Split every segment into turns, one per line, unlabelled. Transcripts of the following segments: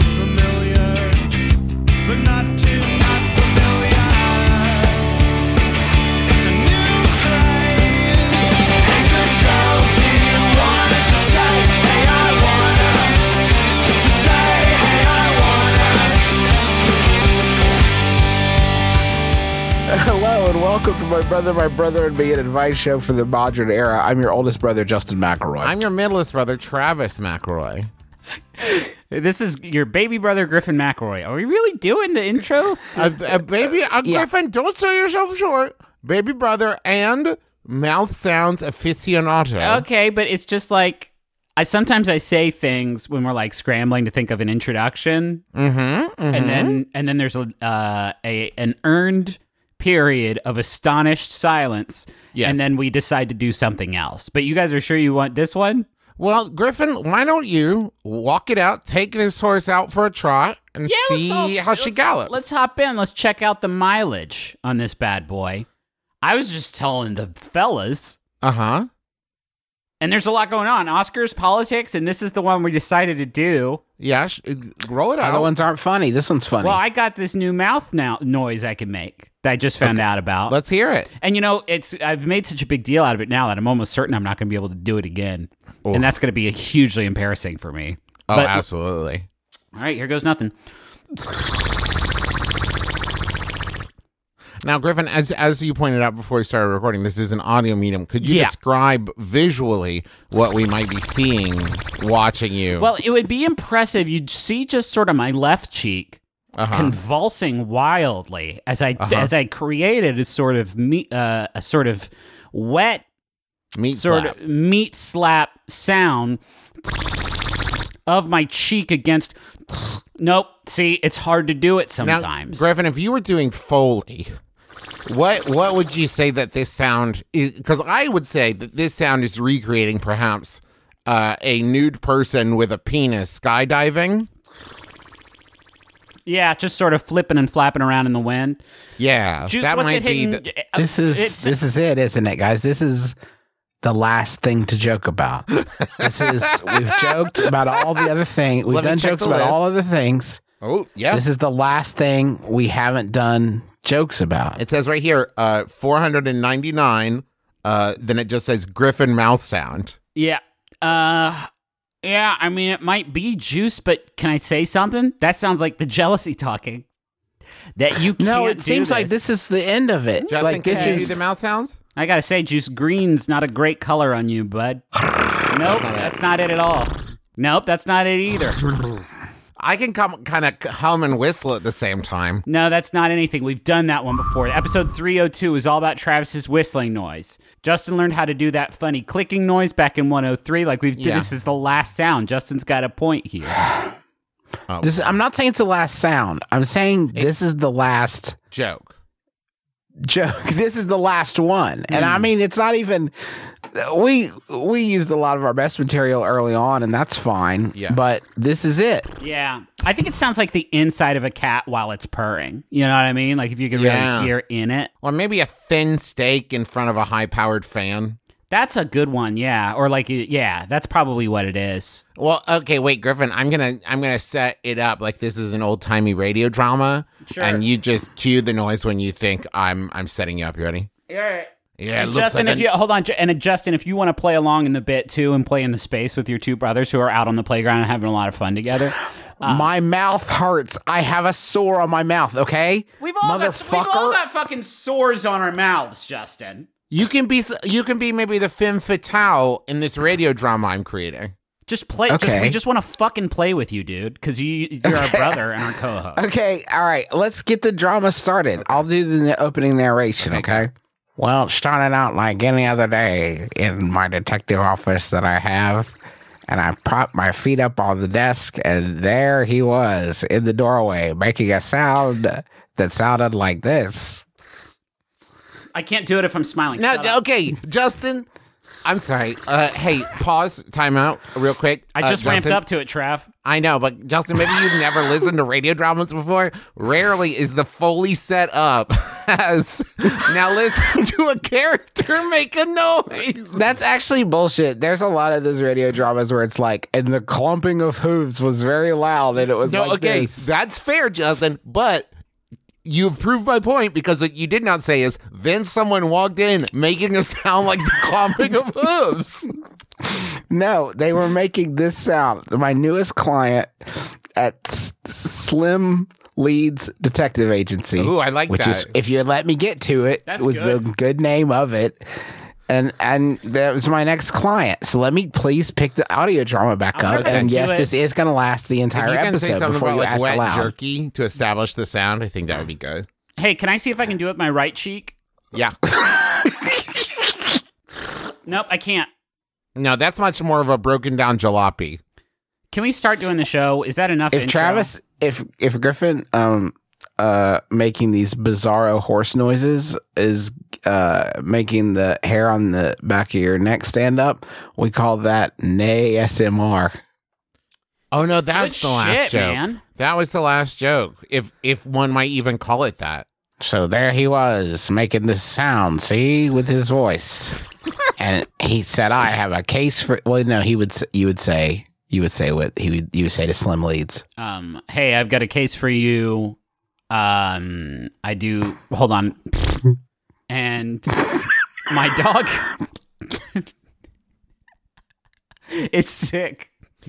familiar, but not too not familiar. It's a new craze. Hey, good girls, do you wanna just say, hey, I wanna? Just say, hey, I wanna.
Hello and welcome to my brother, my brother, and me, an advice show for the modern era. I'm your oldest brother, Justin McElroy.
I'm your middlest brother, Travis McElroy.
This is your baby brother Griffin McElroy. Are we really doing the intro?
Uh, uh, baby, uh,
yeah.
Griffin, don't sell yourself short. Baby brother and mouth sounds aficionado.
okay, but it's just like I sometimes I say things when we're like scrambling to think of an introduction, mm-hmm, and then and then there's a, uh, a an earned period of astonished silence,
Yes.
and then we decide to do something else. But you guys are sure you want this one?
Well, Griffin, why don't you walk it out, take this horse out for a trot, and see how she gallops?
Let's hop in. Let's check out the mileage on this bad boy. I was just telling the fellas.
uh huh.
And there's a lot going on. Oscars, politics, and this is the one we decided to do.
Yeah, sh- uh, roll it
Other
out.
ones aren't funny. This one's funny.
Well, I got this new mouth now noise I can make that I just found out about.
Let's hear it.
and you know, it's I've made such a big deal out of it now that I'm almost certain I'm not going to be able to do it again, and that's going to be hugely embarrassing for me.
Oh,
But-
absolutely.
All right, here goes nothing.
Now, Griffin, as as you pointed out before we started recording, this is an audio medium. Could you
Yeah.
describe visually what we might be seeing watching you?
Well, it would be impressive. You'd see just sort of my left cheek
Uh-huh.
convulsing wildly as I as I created a sort of me, uh, a sort of wet
Meat
sort
slap.
of meat slap sound of my cheek against. Nope. See, it's hard to do it
Now,
sometimes.
Griffin, if you were doing Foley, what what would you say that this sound is? Because I would say that this sound is recreating perhaps uh, a nude person with a penis skydiving.
yeah, just sort of flipping and flapping around in the wind.
Yeah,
Juice,
that
what's
might
it
be.
hitting?
the-
uh,
this is
it's-
this is it, isn't it, guys? This is the last thing to joke about. this is we've joked about all the other things. We've
Let me
done
check
jokes
the
about all
list.
other things.
oh yeah,
This is the last thing we haven't done jokes about.
it says right here uh, four hundred and ninety nine. Uh, then it just says Griffin mouth sound.
yeah. Uh, yeah. I mean, it might be juice, but can I say something? That sounds like the jealousy talking. That you can't
no, it
do
seems like this is the end of it.
Justin,
like this
can you do
is
the mouth sounds.
I gotta say, Juice Green's not a great color on you, bud. nope, that's not it at all. Nope, that's not it either.
I can come kind of hum and whistle at the same time.
No, that's not anything. We've done that one before. Episode 302 is all about Travis's whistling noise. Justin learned how to do that funny clicking noise back in 103. Like we've
Yeah.
this is the last sound. Justin's got a point here.
This I'm not saying it's the last sound. I'm saying this is the last
Joke.
joke. This is the last one. And I mean it's not even we we used a lot of our best material early on and that's fine.
Yeah.
But this is it.
Yeah. I think it sounds like the inside of a cat while it's purring. You know what I mean? Like if you could
Yeah.
really hear in it.
Or maybe a thin steak in front of a high powered fan.
That's a good one. Yeah. Or like, yeah, that's probably what it is.
Well, okay, wait, Griffin. I'm gonna I'm gonna set it up like this is an old timey radio drama,
Sure.
and you just cue the noise when you think I'm I'm setting you up. You ready? Yeah, it
And
looks
Justin,
like
if
a-
you hold on, Ju- and uh, Justin, if you want to play along in the bit too and play in the space with your two brothers who are out on the playground and having a lot of fun together,
my mouth hurts. I have a sore on my mouth, okay? Motherfucker.
fucking sores on our mouths, Justin.
you can be s- you can be maybe the femme fatale in this radio drama I'm creating.
Just play. Just,
Okay.
we just want to fucking play with you, dude, because you you're our brother and our co-host.
Okay, all right. Let's get the drama started. I'll do the na- opening narration, okay? Well, it started out like any other day in my detective office that I have, and I propped my feet up on the desk, and there he was in the doorway making a sound that sounded like this.
I can't do it if I'm smiling.
Now,
Shut up.
okay, Justin. I'm sorry. Uh, hey, pause, time out, real quick. Uh,
I
Uh,
just ramped
up.
up to it, Trav.
I know, but Justin, maybe you've never listened to radio dramas before. Rarely is the Foley set up as now listen to a character make a noise.
That's actually bullshit. There's a lot of those radio dramas where it's like, and the clumping of hooves was very loud, and it was
no,
like
okay,
this.
that's fair, Justin, but you've proved my point because what you did not say is then someone walked in making a sound like the clomping of hooves.
No, they were making this sound. My newest client at S- Slim Leads Detective Agency.
Ooh, I like
which
that.
is if you let me get to it,
That's
was the good name of it. And and that was my next client. So let me please pick the audio drama back
wonder
up.
if I can
And
do
yes,
it.
this is going to last the entire
you can say
episode
something
before
about
you
like
ask
wet
aloud.
jerky to establish the sound. I think that would be good.
Hey, can I see if I can do it with my right cheek?
Yeah.
Nope, I can't.
No, that's much more of a broken down jalopy.
Can we start doing the show? Is that enough?
If
intro?
Travis, if if Griffin, um, uh, making these bizarro horse noises is uh making the hair on the back of your neck stand up, we call that nay SMR.
Oh no,
is good
that's the last
shit,
joke.
man.
That was the last joke, if if one might even call it that.
So there he was making this sound, see, with his voice, and he said, "I have a case for." Well, no, he would. s- You would say. You would say what he would. You would say to Slim Leads.
Um, hey, I've got a case for you. Um, I do. Hold on. And my dog is sick.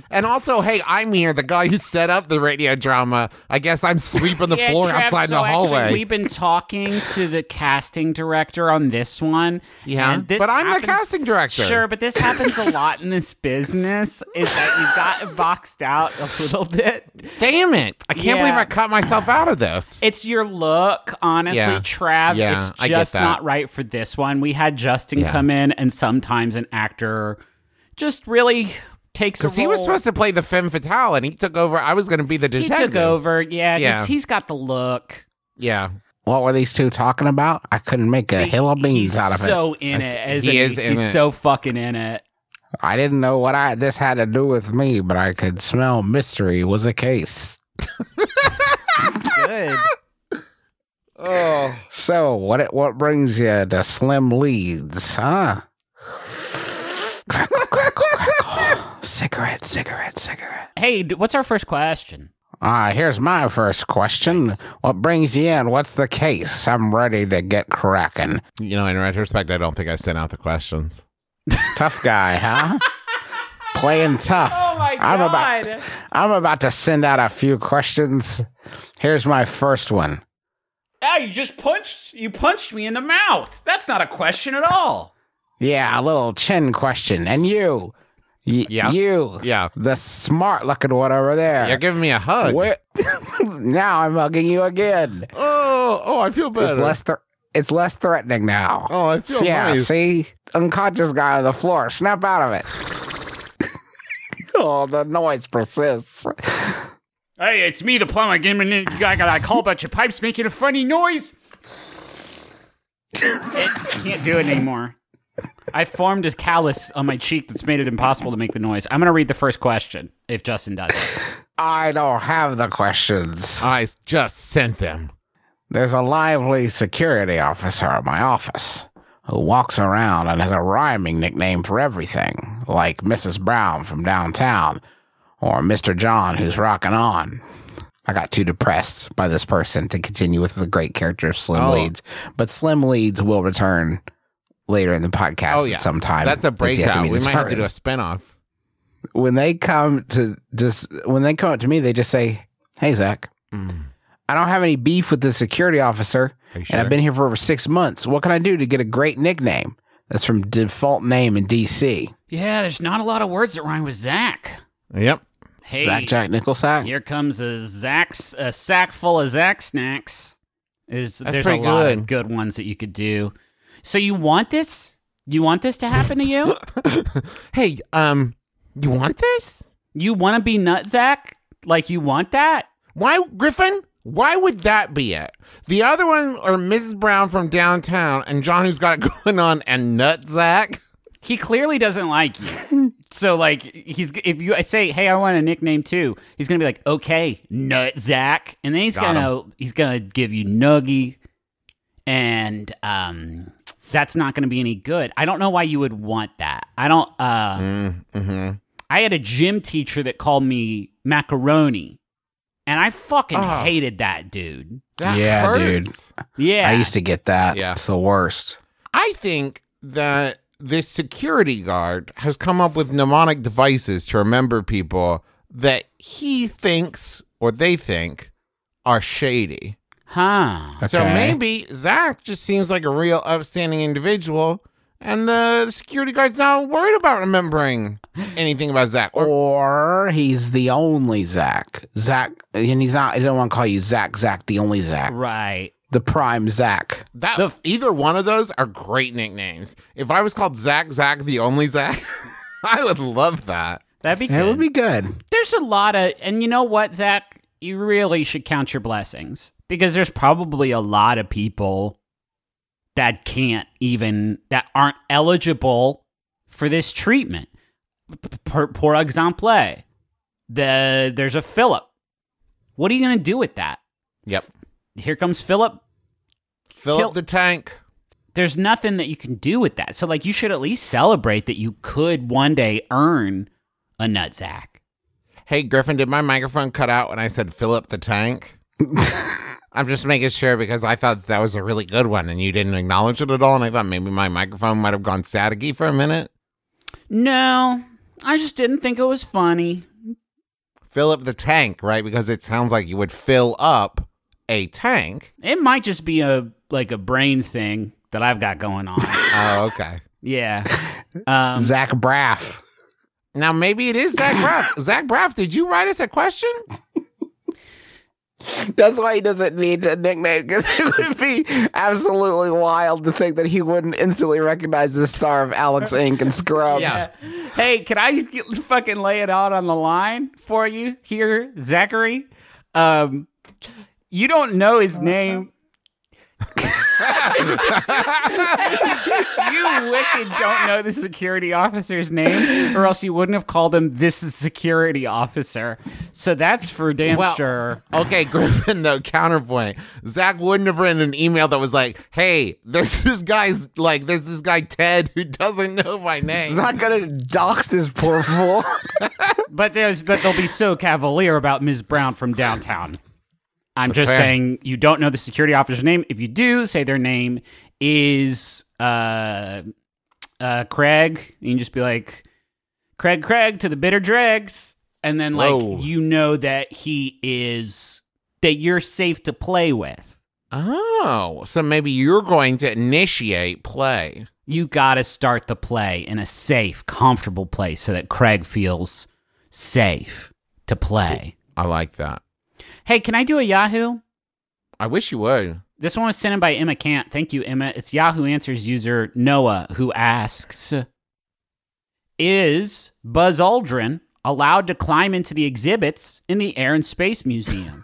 And also, hey, I'm here, the guy who set up the radio drama. I guess I'm sweeping the floor
Trav,
outside
so
the hallway.
Actually, we've been talking to the casting director on this one.
Yeah,
and this
but I'm the
happens-
casting director.
Sure, but this happens a lot in this business. Is that you got boxed out a little bit?
Damn it! I can't
Yeah.
believe I cut myself out of this.
It's your look, honestly,
Yeah.
Trav.
Yeah,
it's
I get
just
that.
not right for this one. We had Justin
Yeah.
come in, and sometimes an actor just really takes a
Because he was
role.
supposed to play the femme fatale, and he took over. I was going to be the
He
detective.
took over. Yeah,
Yeah.
It's, he's got the look.
Yeah,
What were these two talking about? I couldn't make a
See,
hill of beans
he's
out of it.
so in it.
That's-
As
he
he
is in
he's
it.
so fucking in it.
I didn't know what I this had to do with me, but I could smell mystery was a case.
Good.
So what what brings you to Slim Leads, huh? cigarette, cigarette, cigarette.
hey, d- what's our first question?
Ah, here's my first question. What brings you in? What's the case? I'm ready to get cracking.
you know. In retrospect, I don't think I sent out the questions.
Tough guy, huh? Playing tough. Oh
my
I'm about,
God.
I'm about to send out a few questions. Here's my first one.
Ah, you just punched you punched me in the mouth. That's not a question at all.
Yeah, a little chin question. And you, y-
Yeah.
you,
Yeah,
the smart looking one over
you're
there.
giving me a hug.
Where- now I'm hugging you again.
Oh, oh, I feel better.
It's less, thr- it's less threatening now.
Oh, I feel
yeah,
nice.
see? Unconscious guy on the floor. Snap out of it. oh, the noise persists.
Hey, it's me, the plumber. Give me a I got a call about your pipes making a funny noise. Can't do it anymore. I formed a callus on my cheek that's made it impossible to make the noise. I'm gonna read the first question if Justin does. it.
I don't have the questions.
I just sent them.
There's a lively security officer at my office who walks around and has a rhyming nickname for everything, like Mrs. Brown from downtown or Mr. John who's rocking on. I got too depressed by this person to continue with the great character of Slim
Oh.
Leads, but Slim Leads will return later in the podcast
Oh, yeah.
at some time.
That's a
yet to
breakout.
be
We might have to
determined
do a spinoff.
when they come to just when they come up to me, they just say, "Hey, Zach, Mm. I don't have any beef with the security officer, and
sure?
I've been here for over six months. What can I do to get a great nickname?" That's from default name in DC.
Yeah, there's not a lot of words that rhyme with Zach.
Yep.
Hey,
Zach Jack Nicholsack.
here comes a Zach's a sack full of Zach snacks. There's, there's a
pretty
lot
good.
of good ones that you could do. So you want this? You want this to happen to you?
Hey, um, you want this?
You want to be nut Zach? Like you want that?
Why, Griffin? Why would that be it? The other one are Mrs. Brown from downtown and John who's got it going on and Nutsack.
He clearly doesn't like you. so like he's if you I say, "Hey, I want a nickname too." He's going to be like, "Okay, Nut Zach." And then he's
Got
going to he's going to give you Nuggy and um that's not going to be any good. I don't know why you would want that. I don't uh I had a gym teacher that called me macaroni. And I fucking
Oh.
hated that dude.
That
Yeah,
hurts.
Yeah.
I used to get that.
Yeah.
It's the worst.
I think that this security guard has come up with mnemonic devices to remember people that he thinks or they think are shady.
huh.
So
Okay.
maybe Zach just seems like a real upstanding individual, and the security guard's not worried about remembering anything about Zach. Or
Or he's the only Zach. Zach, and he's not, I don't want to call you Zach, Zach, the only Zach.
Right.
The prime Zach.
that
The f-
either one of those are great nicknames. If I was called Zach, Zach, the only Zach, I would love that.
That'd be
That
good.
would be good.
there's a lot of and you know what zach you really should count your blessings because there's probably a lot of people that can't even that aren't eligible for this treatment Por pour exemple the there's a philip what are you going to do with that
Yep.
here comes philip
Fill
Kill-
up the tank.
there's nothing that you can do with that so like you should at least celebrate that you could one day earn a nut sack
Hey, Griffin, did my microphone cut out when I said fill up the tank? I'm just making sure because I thought that was a really good one and you didn't acknowledge it at all. And I thought maybe my microphone might have gone staticky for a minute.
no i just didn't think it was funny
Fill up the tank, right? Because it sounds like you would fill up a tank.
It might just be a like a brain thing that I've got going on.
Oh, okay.
yeah. Um,
Zach Braff.
Now maybe it is Zach Braff. Zach Braff, did you write us a question?
That's why he doesn't need a nickname because it would be absolutely wild to think that he wouldn't instantly recognize the star of Alex Inc. and Scrubs.
Yeah.
hey, can I get- fucking lay it out on the line for you here, Zachary? Um, you don't know his name. you wicked don't know the security officer's name, or else you wouldn't have called him this is security officer. So that's for damn
Well-
sure.
Okay, Griffin, though, counterpoint. Zach wouldn't have written an email that was like, hey, there's this guy's like there's this guy Ted who doesn't know my name.
He's not going to dox this poor fool.
But there's but they'll be so cavalier about Ms. Brown from downtown. I'm just
fair.
saying you don't know the security officer's name. If you do, say their name is uh uh Craig. You can just be like Craig Craig to the bitter dregs. And then like
Whoa.
you know that he is that you're safe to play with.
Oh, so maybe you're going to initiate play.
You gotta start the play in a safe, comfortable place so that Craig feels safe to play.
I like that.
Hey, can I do a Yahoo?
I wish you would.
This one was sent in by Emma Cant. Thank you, Emma. It's Yahoo Answers user Noah who asks Is Buzz Aldrin allowed to climb into the exhibits in the Air and Space Museum?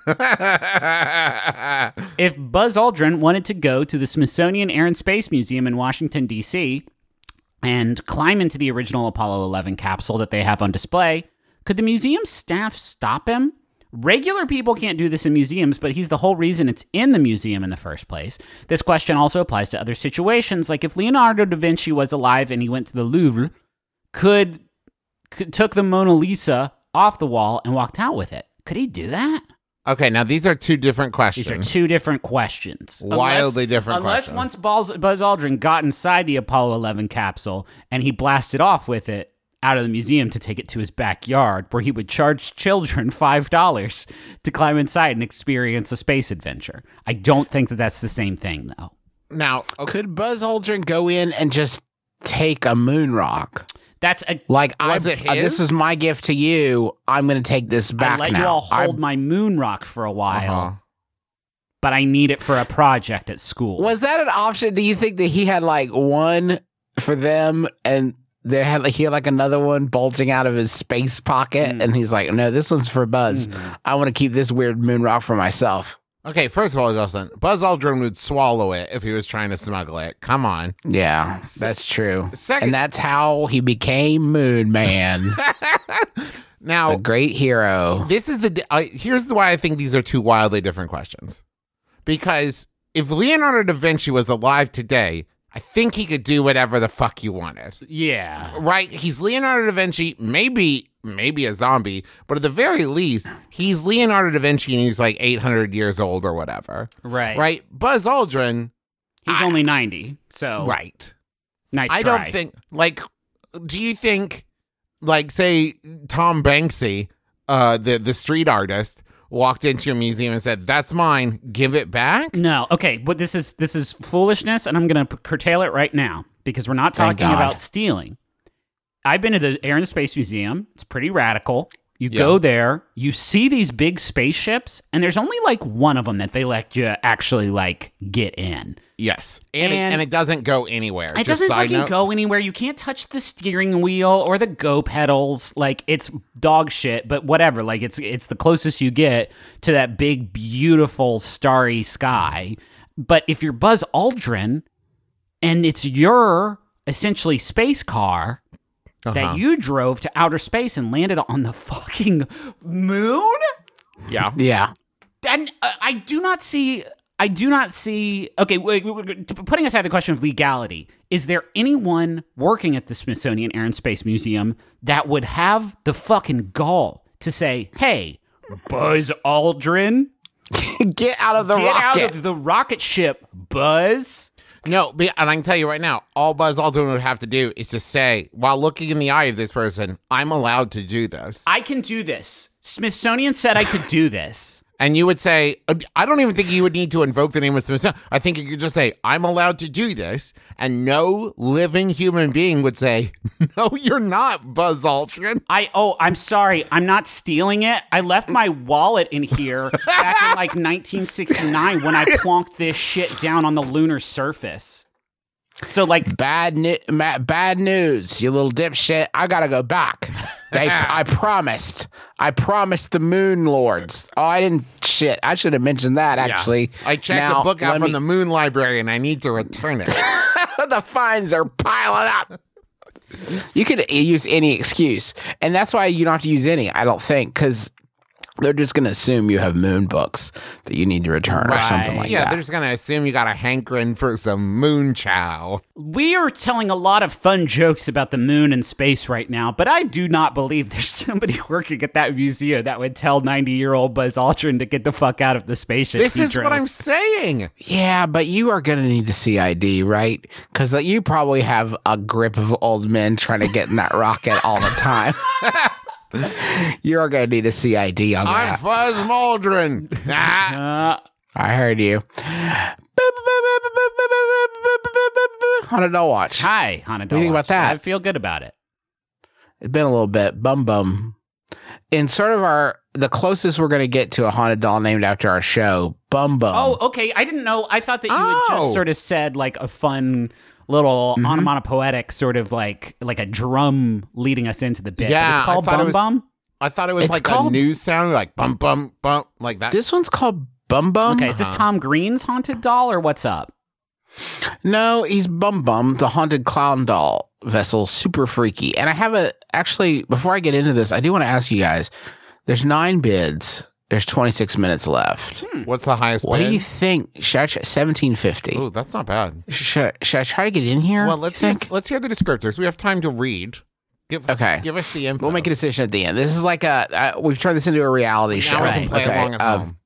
if Buzz Aldrin wanted to go to the Smithsonian Air and Space Museum in Washington, D.C., and climb into the original Apollo 11 capsule that they have on display, could the museum staff stop him? Regular people can't do this in museums, but he's the whole reason it's in the museum in the first place. This question also applies to other situations, like if Leonardo da Vinci was alive and he went to the Louvre, could, could took the Mona Lisa off the wall and walked out with it? Could he do that?
okay, now these are two different questions.
These are two different questions.
Wildly different
unless
questions.
once Buzz, Buzz Aldrin got inside the Apollo 11 capsule and he blasted off with it out of the museum to take it to his backyard, where he would charge children $5 to climb inside and experience a space adventure. I don't think that that's the same thing, though.
now, okay,
Could Buzz Aldrin go in and just take a moon rock?
That's a.
Like,
Was
I,
it
uh, this is
his?
my gift to you. I'm going to take this
I
back
let
now.
you all hold
I-
my moon rock for a while,
uh-huh.
but I need it for a project at school.
was that an option? Do you think that he had like one for them and they had like he had like another one bulging out of his Hmm.
Mm.
space pocket and he's like, No, this one's for Buzz. I want to keep this weird moon rock for myself.
Okay, first of all, Justin, Buzz Aldrin would swallow it if he was trying to smuggle it. Come on.
Yeah, that's true.
second-
and that's how he became Moon Man,
Now,
a great hero.
this is the di- I here's why I think these are two wildly different questions. Because if Leonardo da Vinci was alive today, I think he could do whatever the fuck you wanted.
Yeah.
Right? He's Leonardo da Vinci, maybe maybe a zombie, but at the very least, he's Leonardo da Vinci and he's like 800 years old or whatever.
Right.
Right? Buzz Aldrin,
He's
I-
only 90. So
right.
nice
I
try.
don't think like do you think like say Tom Banksy, uh the the street artist walked into a museum and said, "That's mine, give it back?"
No. Okay, but this is this is foolishness and I'm going to curtail it right now because we're not
Thank
talking
God.
about stealing. I've been to the Air and Space Museum. It's pretty radical. You go there, you see these big spaceships and there's only like one of them that they let you actually like get in.
Yes. And, it,
And-
and it doesn't go anywhere.
It
Just
doesn't
side
fucking
note.
go anywhere. You can't touch the steering wheel or the go pedals. Like it's dog shit, but whatever. Like it's it's the closest you get to that big beautiful starry sky. But if you're Buzz Aldrin and it's your essentially space car
Uh-huh.
that you drove to outer space and landed on the fucking moon?
Yeah.
Yeah,
and uh, I do not see. I do not see. Okay, wait, wait, wait, putting aside the question of legality, is there anyone working at the Smithsonian Air and Space Museum that would have the fucking gall to say, "Hey, Buzz Aldrin,
get out of the
get
rocket.
out of the rocket ship, Buzz"?
No, but, and I can tell you right now, all Buzz Aldrin would have to do is to say, while looking in the eye of this person, I'm allowed to do this.
I can do this. Smithsonian said I could do this.
And you would say, uh, I don't even think you would need to invoke the name of Smithsonian. I think you could just say, I'm allowed to do this. And no living human being would say, No, you're not, Buzz Aldrin.
I oh, I'm sorry. I'm not stealing it. I left my wallet in here back in like 1969 when I plonked this shit down on the lunar surface. So like
Bad ni- ma- bad news, you little dipshit. I gotta go back. They, I promised. I promised the Moon Lords. Oh, I didn't. Shit, I should have mentioned that. Actually,
I checked
Now,
a book out
let
from
me-
the Moon Library and I need to return it.
the fines are piling up. You could use any excuse, and that's why you don't have to use any. I don't think because they're just going to assume you have moon books that you need to return or something like
yeah, they're
that.
just going to assume you got a hankering for some moon chow.
we are telling a lot of fun jokes about the moon and space right now, but I do not believe there's somebody working at that museum that would tell 90-year-old Buzz Aldrin to get the fuck out of the spaceship.
This
he
is what
drove.
I'm saying.
Yeah, but you are going to need to see ID, right? Because you probably have a grip of old men trying to get in that rocket all the time. you are going to need to see ID on that.
I'm Buzz Aldrin. Ah.
Uh,
I heard you. On a no watch.
Hi, Hanada. What
do you think about that?
I feel good about it.
It's been a little bit. Bum bum. In sort of our the closest we're going to get to a haunted doll named after our show, Bum Bum.
Oh, okay. I didn't know. I thought that you had
Oh. Mm-hmm.
just sort of said like a fun little onomatopoetic sort of like like a drum leading us into the bit. but
Yeah, I
it's called
thought it
bum
was-
bum.
I thought it was
It's
like a
called-
new sound, like bump, bump, bump, like that.
this one's called Bum Bum.
Okay, is this Tom Green's haunted doll or what's up?
No, he's Bum Bum, the haunted clown doll vessel, super freaky. And I have a actually before I get into this, I do want to ask you guys. There's nine bids. There's 26 minutes left.
What's the highest
What do
bid?
you think? Should I try, 1750?
Oh, that's not bad.
Should, I- should I try to get in here?
Well, let's
You
hear, let's hear the descriptors. We have time to read. Give,
Okay.
Give us the info.
We'll make a decision at the end. This is like a uh, we've turned this into a reality
now
show.
we can play along at
um,
home.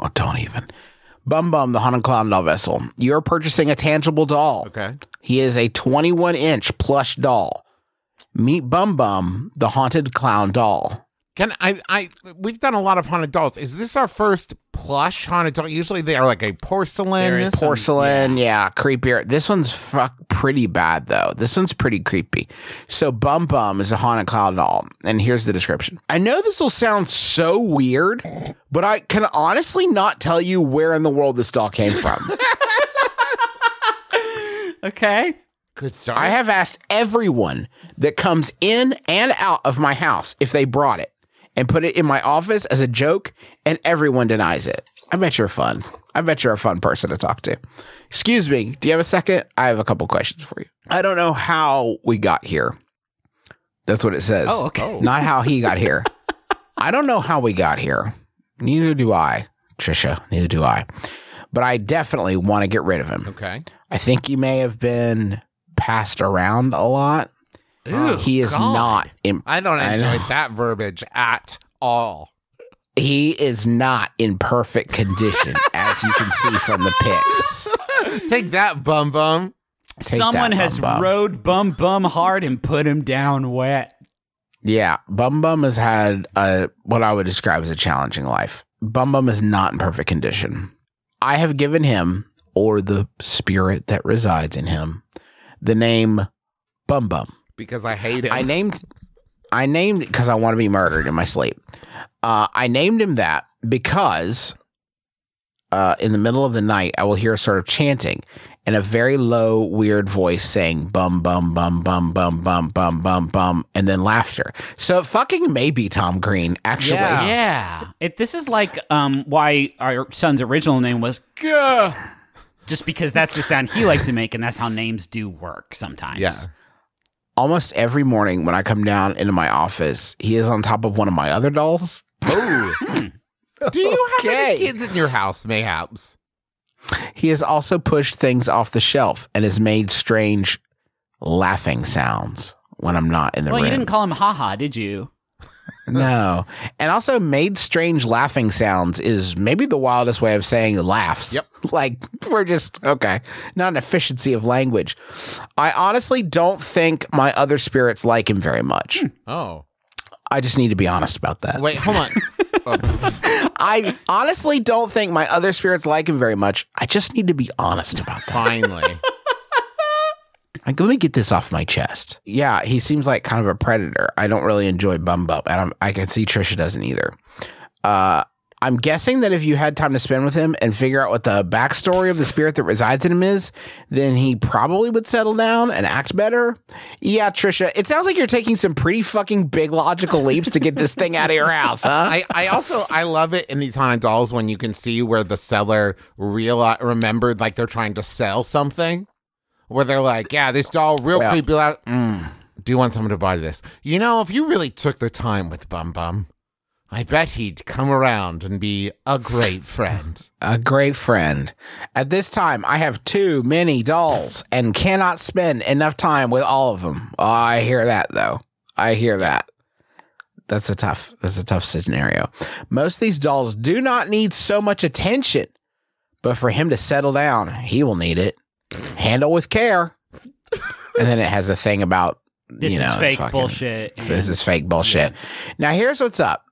Oh, don't even. Bum Bum, the haunted clown doll vessel. You're purchasing a tangible doll.
Okay.
He is a 21 inch plush doll. Meet Bum Bum, the haunted clown doll.
Can I? I we've done a lot of haunted dolls. Is this our first plush haunted doll? Usually they are like a
There
porcelain.
is- Some-
Porcelain, yeah. creepier. This one's fuck pretty bad though. This one's pretty creepy. So Bum Bum is a haunted clown doll, and here's the description. I know this will sound so weird, but I can honestly not tell you where in the world this doll came from.
Okay.
Good start.
I have asked everyone that comes in and out of my house if they brought it and put it in my office as a joke, and everyone denies it. I bet you're fun. I bet you're a fun person to talk to. Excuse me. Do you have a second? I have a couple questions for you. I don't know how we got here. That's what it says.
Oh, okay.
Not how he got here. I don't know how we got here. Neither do I, Trisha. Neither do I. But I definitely want to get rid of him.
Okay.
I think he may have been passed around a lot.
Ooh,
he is
God.
not. Im-
I don't
I
enjoy
know.
that verbiage at all.
he is not in perfect condition, as you can see from the pics.
Take that, bum bum.
Take
Someone
that,
has
Bum Bum.
rode Bum Bum hard and put him down wet.
Yeah, Bum Bum has had a what I would describe as a challenging life. Bum Bum is not in perfect condition. I have given him, or the spirit that resides in him, the name Bum Bum.
Because I hate him.
I named, I named because I want to be murdered in my sleep. Uh, I named him that because uh, in the middle of the night I will hear a sort of chanting and a very low, weird voice saying "bum bum bum bum bum bum bum bum bum" and then laughter. So it fucking maybe Tom Green actually.
Yeah.
Yeah. It, this is like um, why our son's original name was Gah, just because that's the sound he liked to make, and that's how names do work sometimes.
Yeah.
Almost every morning when I come down into my office, he is on top of one of my other dolls.
Do you have
Okay.
any kids in your house, mayhaps?
He has also pushed things off the shelf and has made strange laughing sounds when I'm not in the
Well,
room.
you didn't call him haha, did you?
no. And also made strange laughing sounds is maybe the wildest way of saying laughs.
Yep.
Like we're just okay. Not an efficiency of language. I honestly don't think my other spirits like him very much.
Oh.
I just need to be honest about that.
Wait, hold on. Oh,
I honestly don't think my other spirits like him very much. I just need to be honest about that.
Finally.
Like, let me get this off my chest. Yeah, he seems like kind of a predator. I don't really enjoy Bum Bum, and I'm, I can see Trisha doesn't either. Uh, I'm guessing that if you had time to spend with him and figure out what the backstory of the spirit that resides in him is, then he probably would settle down and act better. Yeah, Trisha, it sounds like you're taking some pretty fucking big logical leaps to get this thing out of your house, huh?
I, I also I love it in these haunted dolls when you can see where the seller real remembered like they're trying to sell something, where they're like, yeah, this doll real
Yeah.
creepy. Loud. Mm, do you want someone to buy this? You know, if you really took the time with Bum Bum, I bet he'd come around and be a great friend.
a great friend. At this time, I have too many dolls and cannot spend enough time with all of them. Oh, I hear that though. I hear that. That's a tough. That's a tough scenario. Most of these dolls do not need so much attention, but for him to settle down, he will need it. Handle with care. And then it has a thing about
This
you know,
is fake
fucking-
bullshit. and-
this is fake bullshit. Now here's what's up.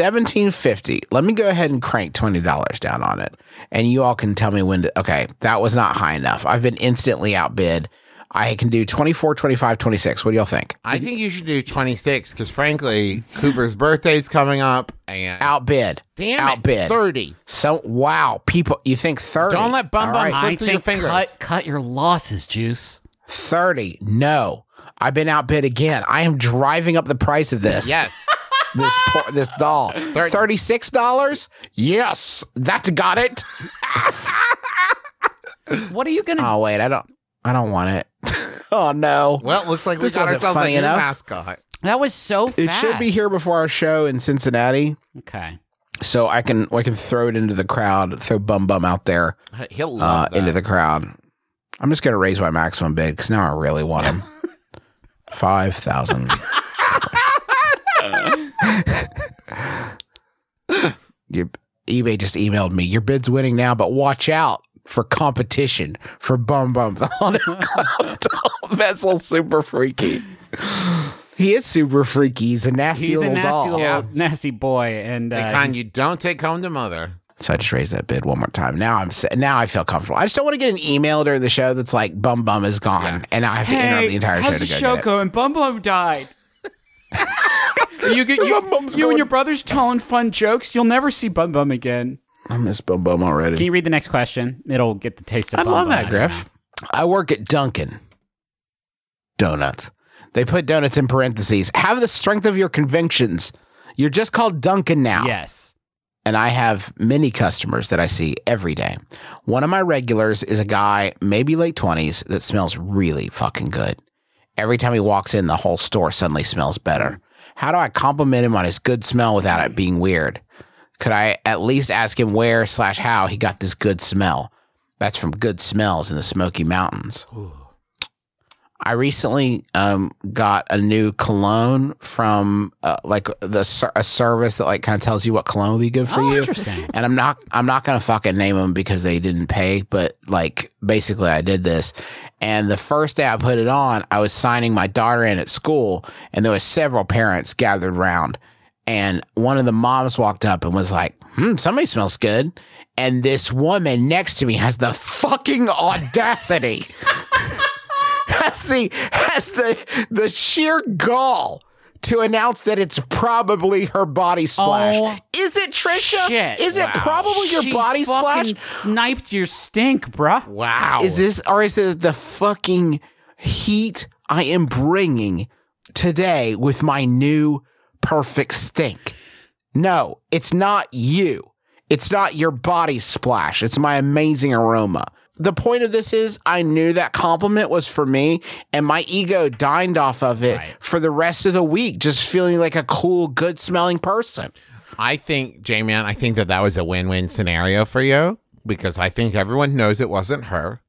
1750. Let me go ahead and crank $20 down on it. And you all can tell me when to Okay, that was not high enough. I've been instantly outbid. I can do 24, 25, 26. What do y'all think?
I think you should do 26 because frankly, Cooper's birthday's coming up and
Outbid.
damn
outbid.
it, 30.
So wow, people you think 30.
Don't let Bum
All
Bum
right.
slip
I
through your
think
fingers.
cut, cut your losses, Juice.
30. No. I've been outbid again. I am driving up the price of this.
Yes.
this por- this doll. Thirty six dollars? Yes, that's got it.
What are you gonna?
Oh wait, I don't I don't want it. oh no.
Well, looks like
This
we got
wasn't
ourselves a
funny
new
enough.
mascot.
That was so fast.
It should be here before our show in Cincinnati,
Okay.
so I can I can throw it into the crowd, throw bum bum out there
He'll love
uh,
that.
into the crowd. I'm just gonna raise my maximum bid because now I really want him. Five thousand. Your eBay just emailed me. Your bid's winning now, but watch out for competition for Bum Bum the Haunted Clown Doll Vessel. Super freaky. He is super freaky. He's a nasty
He's a
little
nasty
doll.
little nasty boy, and
the
uh,
kind
he's-
you don't take home to mother.
So I just raised that bid one more time. Now I'm sa- now I feel comfortable. I just don't want to get an email during the show that's like Bum Bum is gone, and I have to interrupt the entire show to
how's
go
the show
get it.
going? Bum Bum died. you get you, you and your brother's telling fun jokes. You'll never see Bum Bum again.
I miss Bum Bum already.
Can you read the next question? It'll get the taste of.
I
Bum
love
Bum out
that,
of you.
Griff. I work at Dunkin' Donuts. They put donuts in parentheses. Have the strength of your convictions. You're just called Dunkin' now.
Yes.
and I have many customers that I see every day. One of my regulars is a guy, maybe late 20s, that smells really fucking good. Every time he walks in, the whole store suddenly smells better. How do I compliment him on his good smell without it being weird? Could I at least ask him where slash how he got this good smell? That's from Good Smells in the Smoky Mountains. I recently um, got a new cologne from uh, like the ser- a service that like kind of tells you what cologne would be good for
Oh,
you.
interesting.
And I'm not I'm not gonna fucking name them because they didn't pay, but like basically I did this. And the first day I put it on, I was signing my daughter in at school, and there was several parents gathered around. And one of the moms walked up and was like, hmm, somebody smells good. And this woman next to me has the fucking audacity has the has the the sheer gall to announce that it's probably her body splash.
Oh,
is it Trisha?
shit.
Is it probably your
She
body
fucking
splash?
Sniped your stink, bruh.
Wow.
Is this or is it the fucking heat I am bringing today with my new perfect stink? No, it's not you. It's not your body splash. It's my amazing aroma. The point of this is I knew that compliment was for me and my ego dined off of it for the rest of the week, just feeling like a cool, good smelling person.
I think, J Man, I think that that was a win win scenario for you because I think everyone knows it wasn't her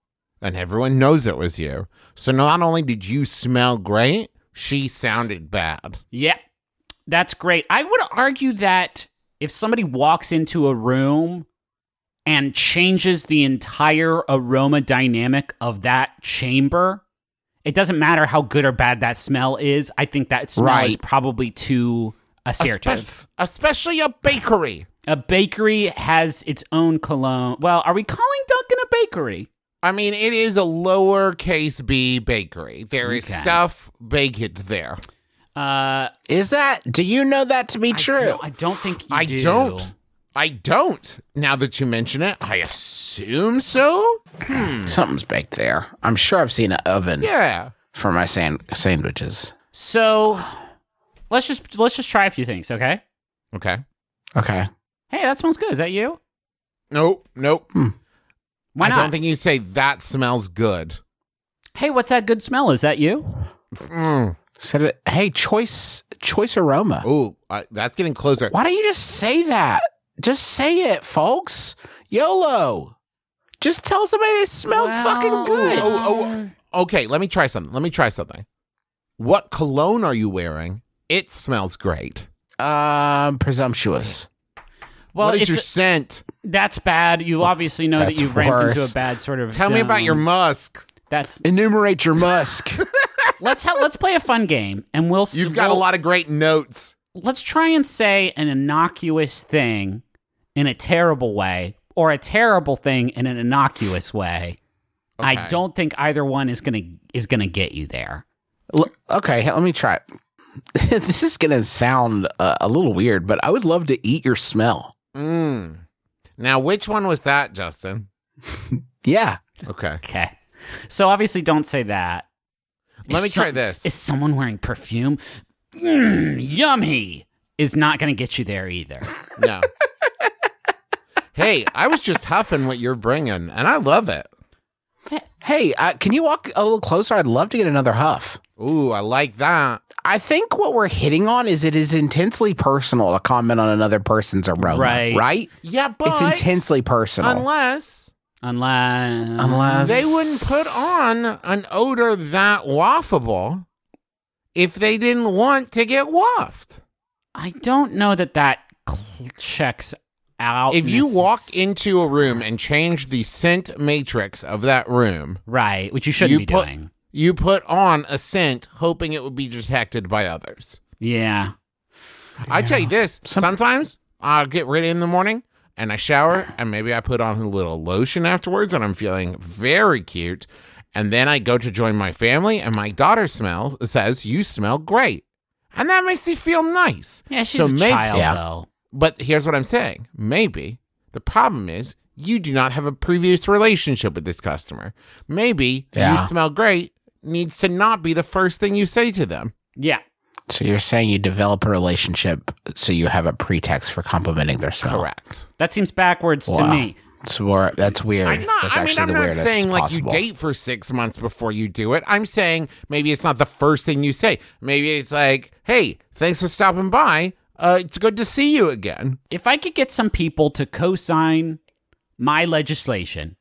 and everyone knows it was you. So not only did you smell great, she sounded bad.
Yeah, that's great. I would argue that if somebody walks into a room and changes the entire aroma dynamic of that chamber, it doesn't matter how good or bad that smell is. I think that smell is
Right.
probably too assertive.
Espe- especially a bakery.
a bakery has its own cologne. Well, are we calling Duncan a bakery?
I mean, it is a lowercase b bakery. There is
Okay.
stuff baked there.
Uh,
Is that, do you know that to be
I
true?
don't- I don't think you
I
do.
don't. I don't. Now that you mention it, I assume so.
Something's baked there. I'm sure I've seen an oven
Yeah.
for my sand- sandwiches.
So let's just let's just try a few things, okay?
Okay.
Okay.
Hey, that smells good. Is that you?
Nope. Nope.
Why
I
not?
don't think you say that smells good.
hey, what's that good smell? Is that you?
Mm.
Said it. Hey, choice, choice aroma.
Oh, that's getting closer.
Why don't you just say that? Just say it, folks. YOLO. Just tell somebody they smell
Well,
fucking good.
Oh, oh, oh, okay. Let me try something. Let me try something. What cologne are you wearing? It smells great.
Um, presumptuous.
Well,
what is
it's
your scent?
that's bad. You obviously know that
That's
you've ramped into a
worse.
bad sort of.
Tell me about
zone.
your musk.
That's
Enumerate your musk.
let's ha- let's play a fun game, and we'll. s-
You've got
we'll-
a lot of great notes.
Let's try and say an innocuous thing in a terrible way, or a terrible thing in an innocuous way. I
Okay.
don't think either one is gonna is gonna get you there.
L- okay, let me try it. this is gonna sound uh, a little weird, but I would love to eat your smell.
Mm. Now, which one was that, Justin?
Yeah.
Okay.
Okay, so obviously don't say that.
Let me
Is some-
try this.
Is someone wearing perfume? Mm, yummy is not going to get you there either.
No. hey, I was just huffing what you're bringing, and I love it.
Hey, uh, can you walk a little closer? I'd love to get another huff.
Ooh, I like that.
I think what we're hitting on is it is intensely personal to comment on another person's aroma,
Right.
right?
Yeah, but
It's intensely personal.
Unless
Unless,
Unless-
they wouldn't put on an odor that waffable if they didn't want to get waffed.
I don't know that that cl- checks out.
If you
necess-
walk into a room and change the scent matrix of that room,
right, which you shouldn't
you
be
put-
doing.
you put on a scent hoping it would be detected by others.
Yeah,
I tell you this, sometimes I'll get ready in the morning and I shower and maybe I put on a little lotion afterwards and I'm feeling very cute. And then I go to join my family and my daughter smell says, You smell great. And that makes me feel nice.
yeah, she's
So
a
may-
child
yeah.
though.
But here's what I'm saying. Maybe the problem is you do not have a previous relationship with this customer. Maybe
Yeah.
you smell great needs to not be the first thing you say to them.
Yeah,
So you're saying you develop a relationship so you have a pretext for complimenting their smell.
Correct.
That seems backwards to
Wow.
me.
It's more, that's weird.
I'm not.
that's
I mean,
actually
I'm
the
not
weirdest
saying like
possible.
you date for six months before you do it. I'm saying maybe it's not the first thing you say. Maybe it's like, "Hey, thanks for stopping by. Uh, it's good to see you again."
If I could get some people to co sign my legislation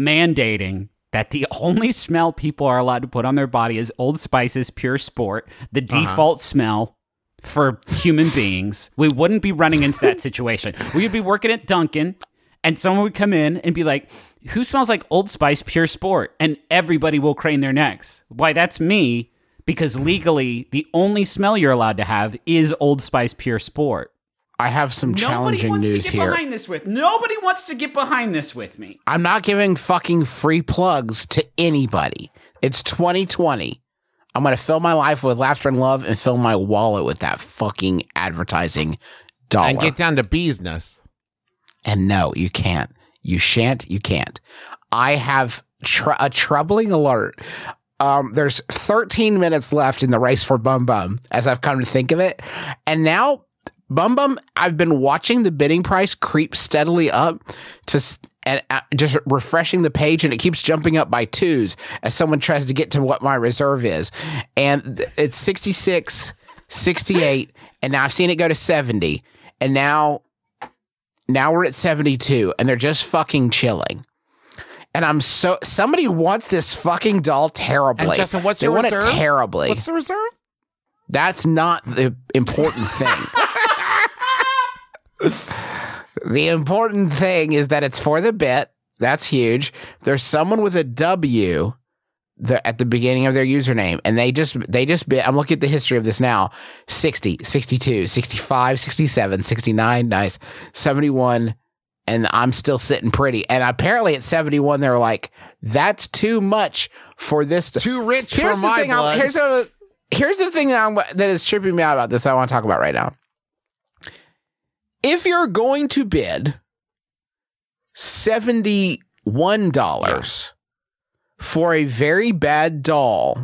mandating that the only smell people are allowed to put on their body is Old Spice's Pure Sport, the default smell for human beings, we wouldn't be running into that situation. We would be working at Dunkin'. And someone would come in and be like, Who smells like Old Spice Pure Sport? And everybody will crane their necks. Why, that's me, because legally, the only smell you're allowed to have is Old Spice Pure Sport.
I have some challenging
Nobody wants
news
to get
here.
behind this with. Nobody wants to get behind this with me.
I'm not giving fucking free plugs to anybody. It's 2020. I'm going to fill my life with laughter and love and fill my wallet with that fucking advertising dollar.
And get down to business.
And no, you can't. You shan't. You can't. I have tr- a troubling alert. Um, there's 13 minutes left in the race for Bum Bum, as I've come to think of it. And now, Bum Bum, I've been watching the bidding price creep steadily up to. s- And uh, just refreshing the page, and it keeps jumping up by twos as someone tries to get to what my reserve is. And th- it's 66, 68, and now I've seen it go to 70. And now now we're at 72 and they're just fucking chilling. And I'm so somebody wants this fucking doll terribly.
And Justin, what's
they
your
want
reserve?
it terribly.
What's the reserve?
That's not the important thing. the important thing is that it's for the bit. That's huge. There's someone with a W the, at the beginning of their username and they just they just bit I'm looking at the history of this now 60 62 65 67 69 nice 71 and I'm still sitting pretty and apparently at 71 they're like that's too much for this to-
Too rich
here's
for
the
my
thing.
blood.
I'm, here's a, here's the thing that, I'm, that is tripping me out about this. That I want to talk about right now. If you're going to bid seventy one dollars for a very bad doll,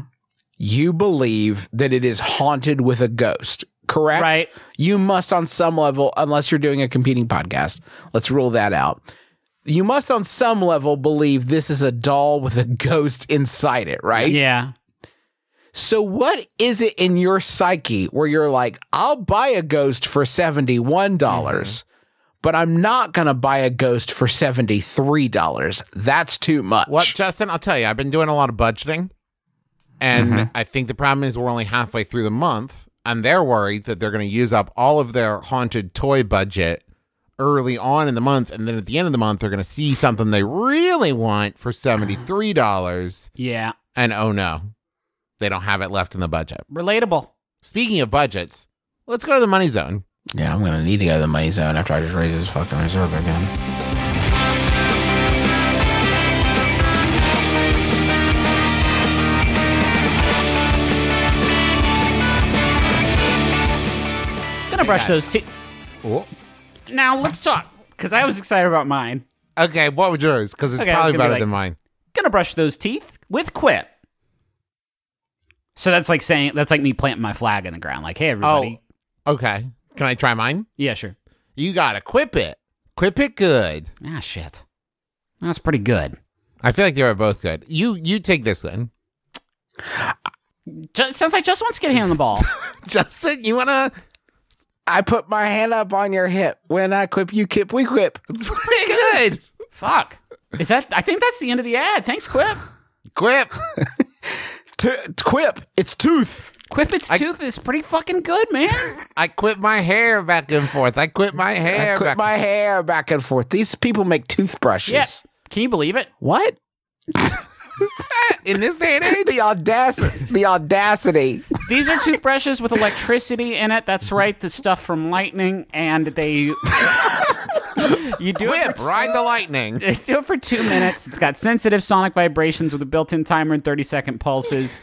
you believe that it is haunted with a ghost. Correct.
Right.
You must, on some level, unless you're doing a competing podcast, let's rule that out you must on some level believe this is a doll with a ghost inside it, right?
Yeah.
So what is it in your psyche where you're like, I'll buy a ghost for $71, dollars
Mm-hmm.
but I'm not going to buy a ghost for $73. That's too much.
What, Justin? I'll tell you, I've been doing a lot of budgeting, and
Mm-hmm.
I think the problem is we're only halfway through the month, and they're worried that they're going to use up all of their haunted toy budget early on in the month, and then at the end of the month, they're going to see something they really want for seventy three dollars,
Yeah.
and oh no, they don't have it left in the budget.
Relatable.
Speaking of budgets, let's go to the money zone.
Yeah, I'm going to need to go to the money zone after I just raise this fucking reserve again.
Gonna brush those teeth.
Oh.
Now let's talk, because I was excited about mine.
Okay, what was yours? Because it's
Okay, I was
probably
gonna be
better
like-
than mine.
Gonna brush those teeth with Quip. So that's like saying that's like me planting my flag in the ground. Like, hey everybody.
Oh,
Oh.
Okay, can I try mine?
Yeah, sure.
You gotta quip it, quip it good.
Ah, shit. That's pretty good.
I feel like they were both good. You you take this then.
Just, sounds like just wants to get a hand on the ball.
Justin, you wanna
I put my hand up on your hip. When I quip, you quip, we quip.
it's pretty good.
Fuck. Is that? I think that's the end of the ad. Thanks, Quip.
Quip.
T- quip, it's tooth.
Quip its tooth is pretty fucking good, man.
I quip my hair back and forth. I quip my hair
I quip
back.
my hair back and forth. These people make toothbrushes.
yeah. Can you believe it?
What?
in this day and age.
the audacity the audacity
These are toothbrushes with electricity in it. That's right, the stuff from lightning, and they you do it
Quip,
for,
ride the lightning.
they do it for two minutes. It's got sensitive sonic vibrations with a built-in timer and thirty-second pulses.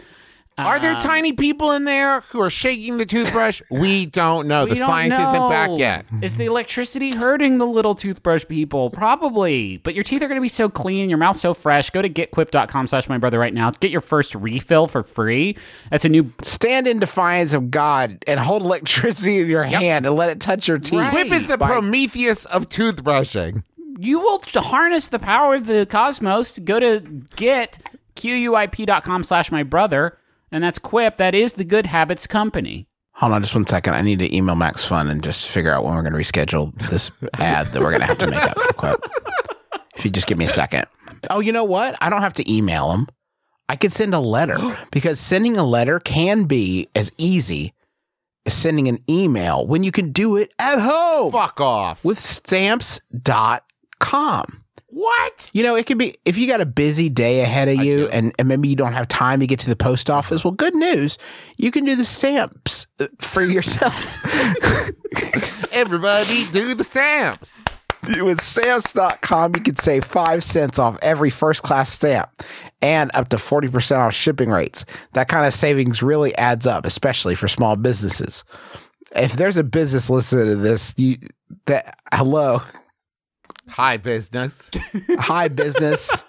Are there tiny people in there who are shaking the toothbrush? We don't know.
We
the
don't
science isn't back
know.
yet.
Is the electricity hurting the little toothbrush people? Probably. But your teeth are going to be so clean, your mouth so fresh. Go to getquip.com slash my brother right now. Get your first refill for free. That's a new
Stand in defiance of God and hold electricity in your hand and let it touch your teeth.
Whip is the
By-
Prometheus of toothbrushing.
you will t- harness the power of the cosmos. Go to get quip.com slash my brother, and that's Quip. That is the Good Habits Company.
Hold on just one second. I need to email Max Fun and just figure out when we're going to reschedule this ad that we're going to have to make up for Quip. If you just give me a second. Oh, you know what? I don't have to email him. I could send a letter because sending a letter can be as easy as sending an email when you can do it at home
Fuck off.
with stamps.com.
What?
You know, it could be if you got a busy day ahead of you and, and maybe you don't have time to get to the post office. Well, good news. You can do the stamps uh, for yourself
Everybody do the stamps.
with stamps.com. You can save five cents off every first class stamp and up to 40% off shipping rates. That kind of savings really adds up, especially for small businesses. If there's a business listening to this, you that hello,
Hi, business.
hi business.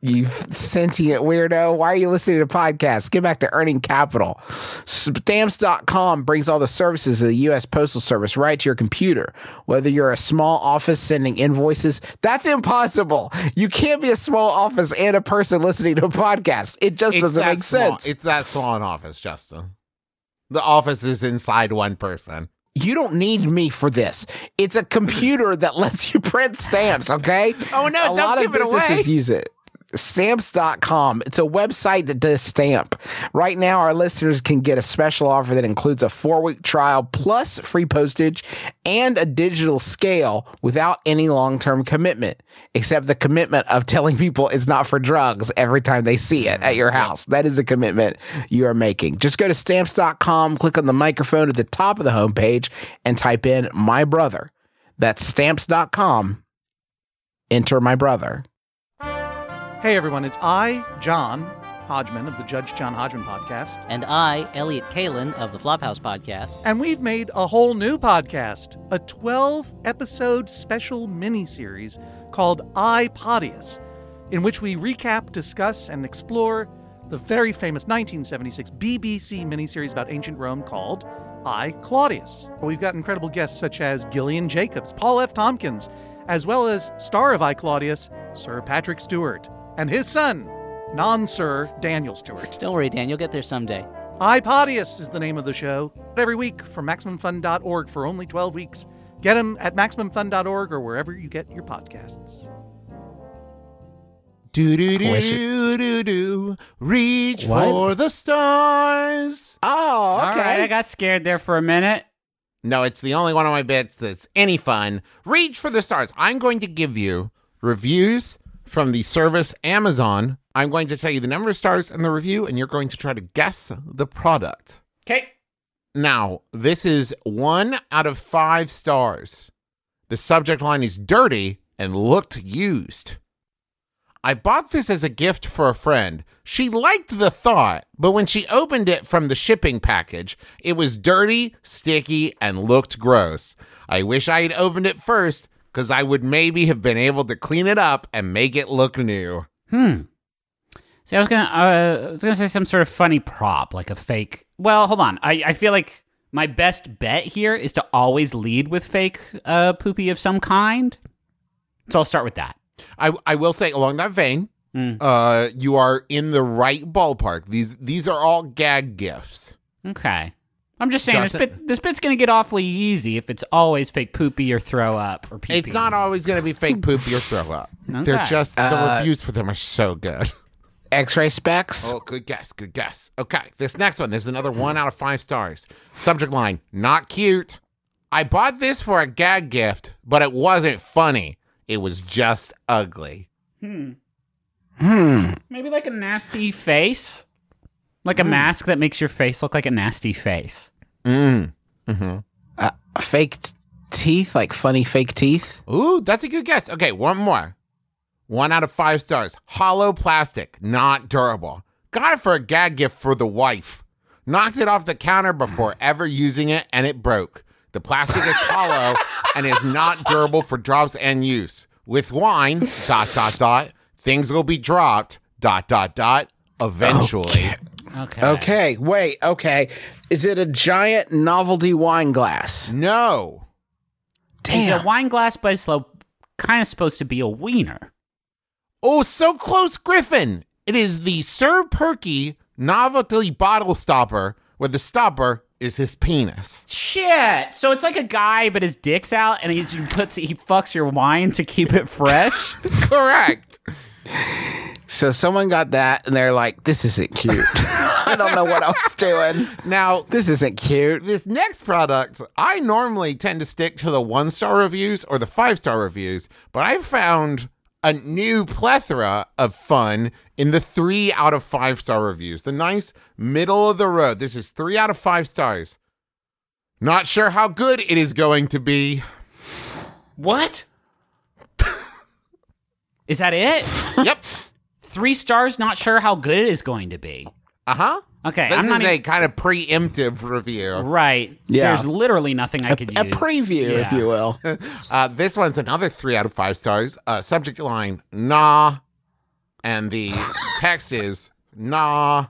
You sentient weirdo. Why are you listening to podcasts? Get back to earning capital. Stamps.com brings all the services of the U.S. Postal Service right to your computer. Whether you're a small office sending invoices, that's impossible. You can't be a small office and a person listening to a podcast. It just doesn't
that
make
small-
sense.
It's that small an office, Justin. The office is inside one person.
you don't need me for this. It's a computer that lets you print stamps, okay?
Oh, no,
a
don't
lot
give
of
it away.
businesses use it. Stamps.com. It's a website that does stamp. Right now, our listeners can get a special offer that includes a four week trial plus free postage and a digital scale without any long term commitment, except the commitment of telling people it's not for drugs every time they see it at your house. That is a commitment you are making. Just go to stamps.com, click on the microphone at the top of the homepage, and type in my brother. That's stamps.com. Enter my brother.
Hey everyone, it's I, John Hodgman of the Judge John Hodgman podcast,
And I, Elliot Kalin of the Flophouse Podcast.
and we've made a whole new podcast, a 12 episode special mini series called I Podius, in which we recap, discuss, and explore the very famous 1976 BBC miniseries about ancient Rome called I Claudius. We've got incredible guests such as Gillian Jacobs, Paul F. Tompkins, as well as star of I Claudius, Sir Patrick Stewart, and his son, non Sir Daniel Stewart.
Don't worry, Dan, you'll get there someday.
iPodius is the name of the show. Every week from MaximumFun.org for only 12 weeks. Get them at MaximumFun.org or wherever you get your podcasts.
Do do
Wish
do do do. Reach
What?
for the stars.
Oh,
All right, I got scared there for a minute.
No, it's the only one of my bits that's any fun. Reach for the stars. I'm going to give you reviews from the service Amazon. I'm going to tell you the number of stars in the review, and you're going to try to guess the product.
Okay.
Now, this is one out of five stars. The subject line is dirty and looked used. I bought this as a gift for a friend. She liked the thought, but when she opened it from the shipping package, it was dirty, sticky, and looked gross. I wish I had opened it first, because I would maybe have been able to clean it up and make it look new.
Hmm. See, I was gonna, uh, I was gonna say some sort of funny prop, like a fake. Well, hold on. I, I feel like my best bet here is to always lead with fake uh, poopy of some kind. So I'll start with that.
I I will say along that vein, uh, you are in the right ballpark. These these are all gag gifts.
Okay. I'm just saying
Justin-
this bit, this bit's gonna get awfully easy if it's always fake poopy or throw up or pee.
It's not always going to be fake poop or throw up. They're
Okay.
just the reviews for them are so good.
X-ray specs.
Oh, good guess, good guess. Okay, this next one. There's another one out of five stars. Subject line: Not cute. I bought this for a gag gift, but it wasn't funny. It was just ugly.
Maybe like a nasty face, like a mask that makes your face look like a nasty face.
Oh. Fake t- teeth, like funny fake teeth.
Ooh, that's a good guess. Okay, one more. One out of five stars. Hollow plastic, not durable. Got it for a gag gift for the wife. Knocked it off the counter before ever using it and it broke. The plastic is hollow and is not durable for drops and use. With wine, dot dot dot, things will be dropped, dot dot dot, eventually.
Okay.
Okay, wait, okay. Is it a giant novelty wine glass?
No.
It's a wine glass, but it's kind of supposed to be a wiener.
Oh, so close, Griffin! It is the Sir Perky novelty bottle stopper, where the stopper is his penis.
Shit! So it's like a guy, but his dick's out, and he's- he puts he fucks your wine to keep it fresh.
Correct.
So someone got that and they're like, this isn't cute. I don't know what I was doing.
now,
This isn't cute.
this next product, I normally tend to stick to the one star reviews or the five star reviews, but I found a new plethora of fun in the three out of five star reviews. The nice middle of the road. This is three out of five stars. Not sure how good it is going to be.
what? is that it?
Yep.
Three stars. Not sure how good it is going to be.
Uh huh.
Okay,
This
I'm
is
not
a
even-
kind of preemptive review.
right.
Yeah.
There's literally nothing I could
A
use.
preview, if
Yeah.
you will.
Uh, this one's another three out of five stars. Uh, subject line, nah. And the text is, nah.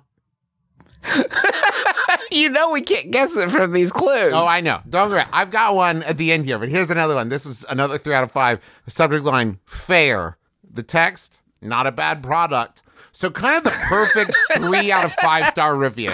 you know we can't guess it from these clues.
Oh, I know. Don't worry. I've got one at the end here, but here's another one. This is another three out of five. The subject line, fair. The text, not a bad product. So kind of the perfect three out of five star review.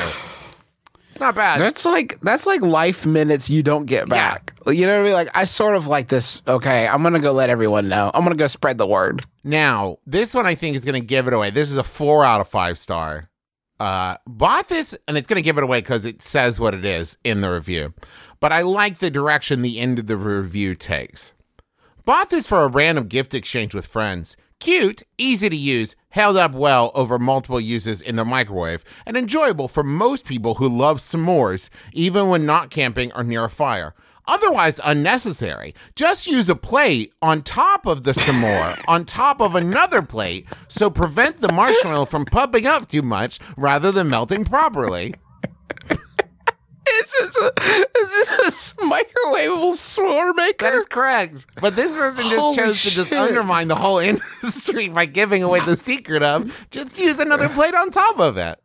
It's not bad.
That's like that's like life minutes you don't get back. You know what I mean? Like I sort of like this. Okay, I'm gonna go let everyone know. I'm gonna go spread the word.
Now, this one I think is going to give it away. This is a four out of five star. Uh, bought this and it's going to give it away because it says what it is in the review. But I like the direction the end of the review takes. Bought this for a random gift exchange with friends. Cute, easy to use, held up well over multiple uses in the microwave, and enjoyable for most people who love s'mores, even when not camping or near a fire. Otherwise unnecessary. Just use a plate on top of the s'more, on top of another plate, so prevent the marshmallow from pumping up too much rather than melting properly.
Is this a, is this a microwavable s'more maker?
That is correct. But this person just
Holy
chose to just
shit.
undermine the whole industry by giving away the secret of just use another plate on top of it.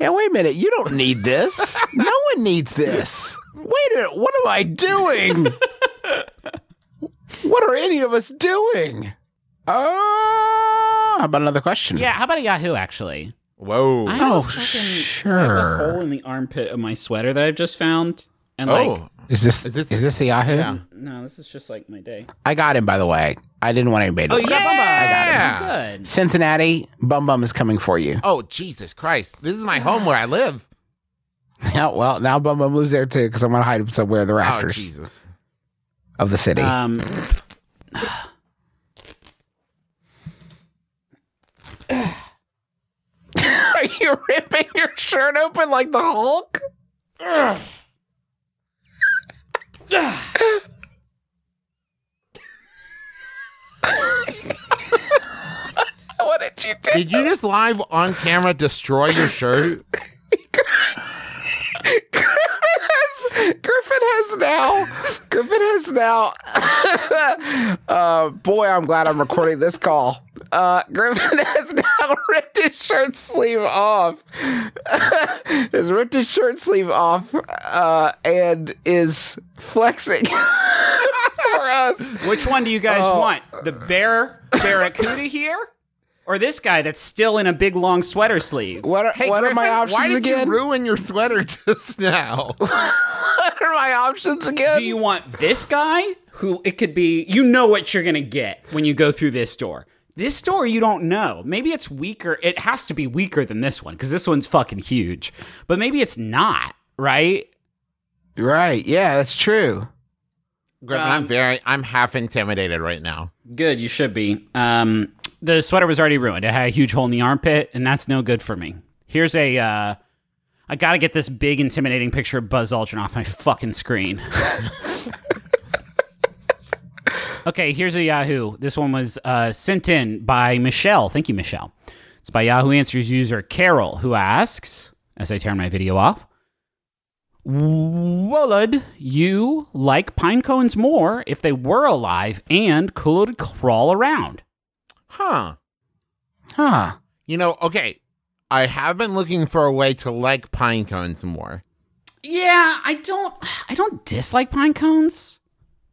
yeah, wait a minute. You don't need this. no one needs this. Wait a minute. What am I doing? what are any of us doing? Oh, how about another question?
Yeah. How about a Yahoo? Actually.
Whoa.
I have a
Oh,
fucking- I have a
sure.
hole in the armpit of my sweater that I've just found, and like,
oh.
Is this is
this-
this, the Yahoo?
no, this is just like my day.
I got him by the way. I didn't want anybody to.
Oh yeah,
yeah.
Bumba. I got it. Good.
Cincinnati, Bum Bum is coming for you.
oh, Jesus Christ. This is my home where I live.
Yeah, well, now Bum Bum lives there too because I'm going to hide him somewhere in the
Oh,
rafters
Jesus.
of the city.
Um.
Are you ripping your shirt open like the Hulk? what did you do?
Did you just live on camera destroy your shirt?
Griffin has, Griffin has now. Griffin has now. uh, boy, I'm glad I'm recording this call. Uh, Griffin has now ripped his shirt sleeve off. has ripped his shirt sleeve off uh, and is flexing for us.
Which one do you guys want? The bear barracuda here, or this guy that's still in a big long sweater sleeve?
What are, what are my
Griffin,
options
why did
again?
you ruin your sweater just now?
what are my options again?
Do you want this guy who it could be? You know what you're gonna get when you go through this door. This door you don't know. Maybe it's weaker. It has to be weaker than this one because this one's fucking huge. But maybe it's not. Right?
right. Yeah, that's true.
Griffin,
Um,
I'm very, I'm half intimidated right now.
Good, you should be. Um, the sweater was already ruined. It had a huge hole in the armpit, and that's no good for me. Here's a. Uh, I gotta get this big, intimidating picture of Buzz Aldrin off my fucking screen. okay, here's a Yahoo. This one was uh, sent in by Michelle. Thank you, Michelle. It's by Yahoo Answers user Carol, who asks, as I turn my video off, would you like pine cones more if they were alive and could crawl around?
Huh.
Huh.
You know, okay. I have been looking for a way to like pine cones more.
Yeah, I don't, I don't dislike pine cones,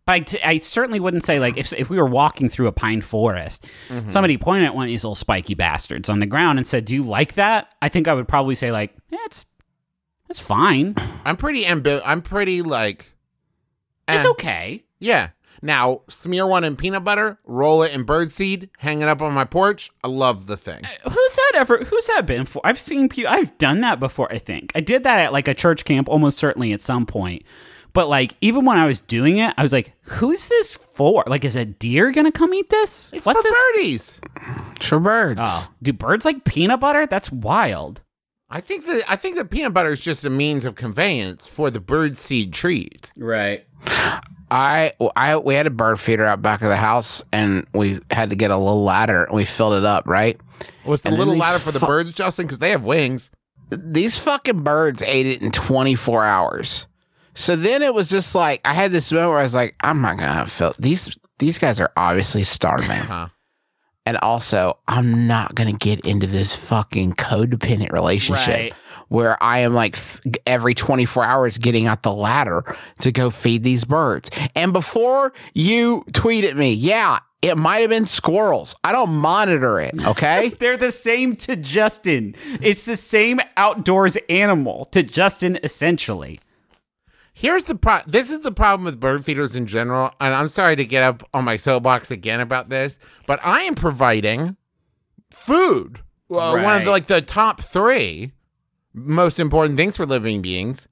but I, t- I certainly wouldn't say like if if we were walking through a pine forest, somebody pointed at one of these little spiky bastards on the ground and said, "Do you like that?" I think I would probably say like, "Yeah, it's, it's fine,
I'm pretty ambi- I'm pretty like
it's
eh.
okay."
Yeah. Now, smear one in peanut butter, roll it in birdseed, hang it up on my porch. I love the thing.
Who's that ever? Who's that been for? I've seen people. I've done that before. I think I did that at like a church camp, almost certainly at some point. But like, even when I was doing it, I was like, "Who's this for? Like, is a deer gonna come eat this?
It's for birdies.
It's for birds.
Oh, do birds like peanut butter? That's wild.
I think that I think that peanut butter is just a means of conveyance for the birdseed treat.
Right.
I, I, we had a bird feeder out back of the house, and we had to get a little ladder, and we filled it up. Right?
Was the
And then
little
they
ladder for the
fu-
birds, Justin? Because they have wings.
These fucking birds ate it in 24 hours. So then it was just like I had this moment where I was like, I'm not gonna fill these. These guys are obviously starving.
Huh.
And also, I'm not going to get into this fucking codependent relationship
Right.
where I am like f- every 24 hours getting out the ladder to go feed these birds. And before you tweet at me, yeah, it might have been squirrels. I don't monitor it, okay?
They're the same to Justin. It's the same outdoors animal to Justin, essentially.
Here's the pro. This is the problem with bird feeders in general, and I'm sorry to get up on my soapbox again about this, but I am providing food. Well, one of the,
Right.
like the top three most important things for living beings,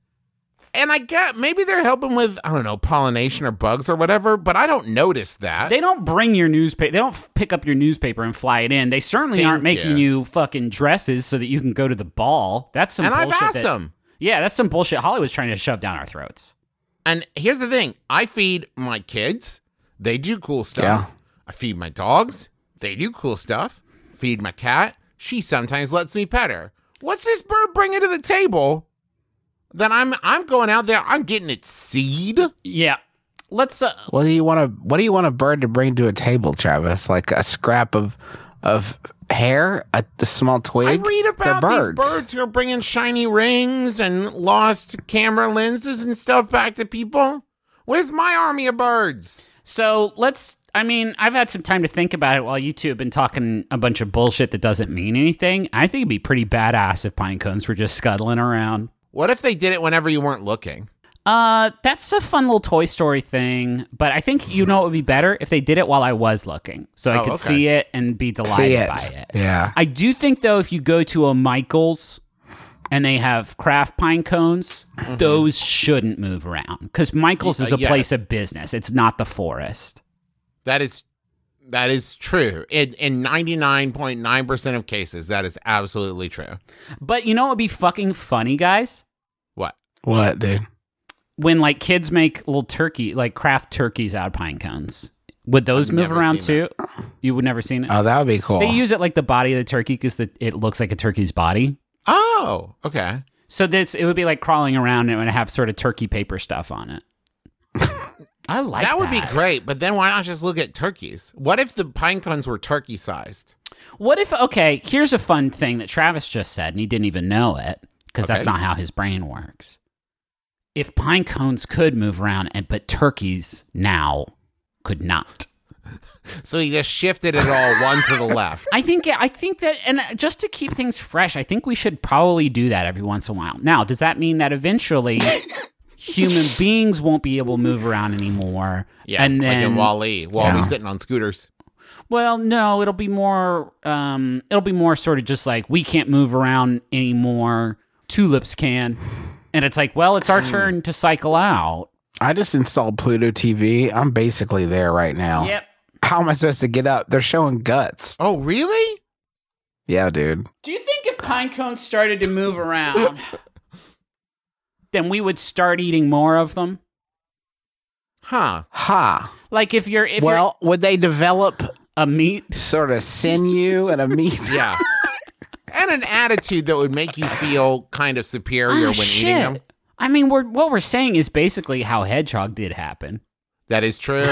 and I get maybe they're helping with I don't know pollination or bugs or whatever, but I don't notice that.
They don't bring your newspaper. They don't f- pick up your newspaper and fly it in. They certainly
Thank
aren't making
you.
you fucking dresses so that you can go to the ball. That's some
and I've
bullshit.
asked
that-
them.
Yeah, that's some bullshit Hollywood's trying to shove down our throats.
And here's the thing I feed my kids, they do cool stuff.
Yeah.
I feed my dogs, they do cool stuff. Feed my cat, she sometimes lets me pet her. What's this bird bringing to the table? Then I'm I'm going out there. I'm getting its seed.
Yeah. Let's uh,
what do you want a what do you want a bird to bring to a table, Travis? Like a scrap of of hair, a, a small
I
twig?
read about
They're
these birds who are bringing shiny rings and lost camera lenses and stuff back to people. Where's my army of birds?
So let's. I mean, I've had some time to think about it while you two have been talking a bunch of bullshit that doesn't mean anything. I think it'd be pretty badass if pine cones were just scuttling around.
What if they did it whenever you weren't looking?
Uh, that's a fun little Toy Story thing, but I think you know it would be better if they did it while I was looking, so I
Oh,
could
okay.
see it and be delighted
See it.
by it.
Yeah.
I do think though, if you go to a Michaels and they have craft pine cones, those shouldn't move around because Michaels is
Mm-hmm. Uh,
a place
yes.
of business. It's not the forest.
That is that is true. In in ninety nine point nine percent of cases, that is absolutely true.
But you know what would be fucking funny, guys?
What?
What, dude?
When like kids make little turkey, like craft turkeys out of pine cones. Would those
I've
move
never
around
seen
too? You would never seen it.
Oh, that would be cool.
They use it like the body of the turkey because it looks like a turkey's body.
Oh, okay.
So this it would be like crawling around and it would have sort of turkey paper stuff on it. I like that.
that would be great, but then why not just look at turkeys? What if the pine cones were turkey sized?
What if okay? Here's a fun thing that Travis just said, and he didn't even know it because that's
Okay.
not how his brain works. If pine cones could move around, and but turkeys now could not.
So he just shifted it all one to the left.
I think I think that, and just to keep things fresh, I think we should probably do that every once in a while. Now, does that mean that eventually human beings won't be able to move around anymore?
Yeah,
and then
like in Wally, Wally
Yeah.
sitting on scooters.
Well, no, it'll be more. Um, it'll be more sort of just like we can't move around anymore. Tulips can, and it's like, well, it's our turn to cycle out.
I just installed Pluto TV. I'm basically there right now. How am I supposed to get up? They're showing guts.
Oh, really?
Yeah, dude.
Do you think if pine cones started to move around, then we would start eating more of them?
Huh.
Ha.
Like if you're if
well, would they develop
you're a meat.
sort of sinew and a meat?
Yeah. had an attitude that would make you feel kind of superior
Ah,
when eating them.
shit. I mean, we're, what we're saying is basically how Hedgehog did happen.
That is true.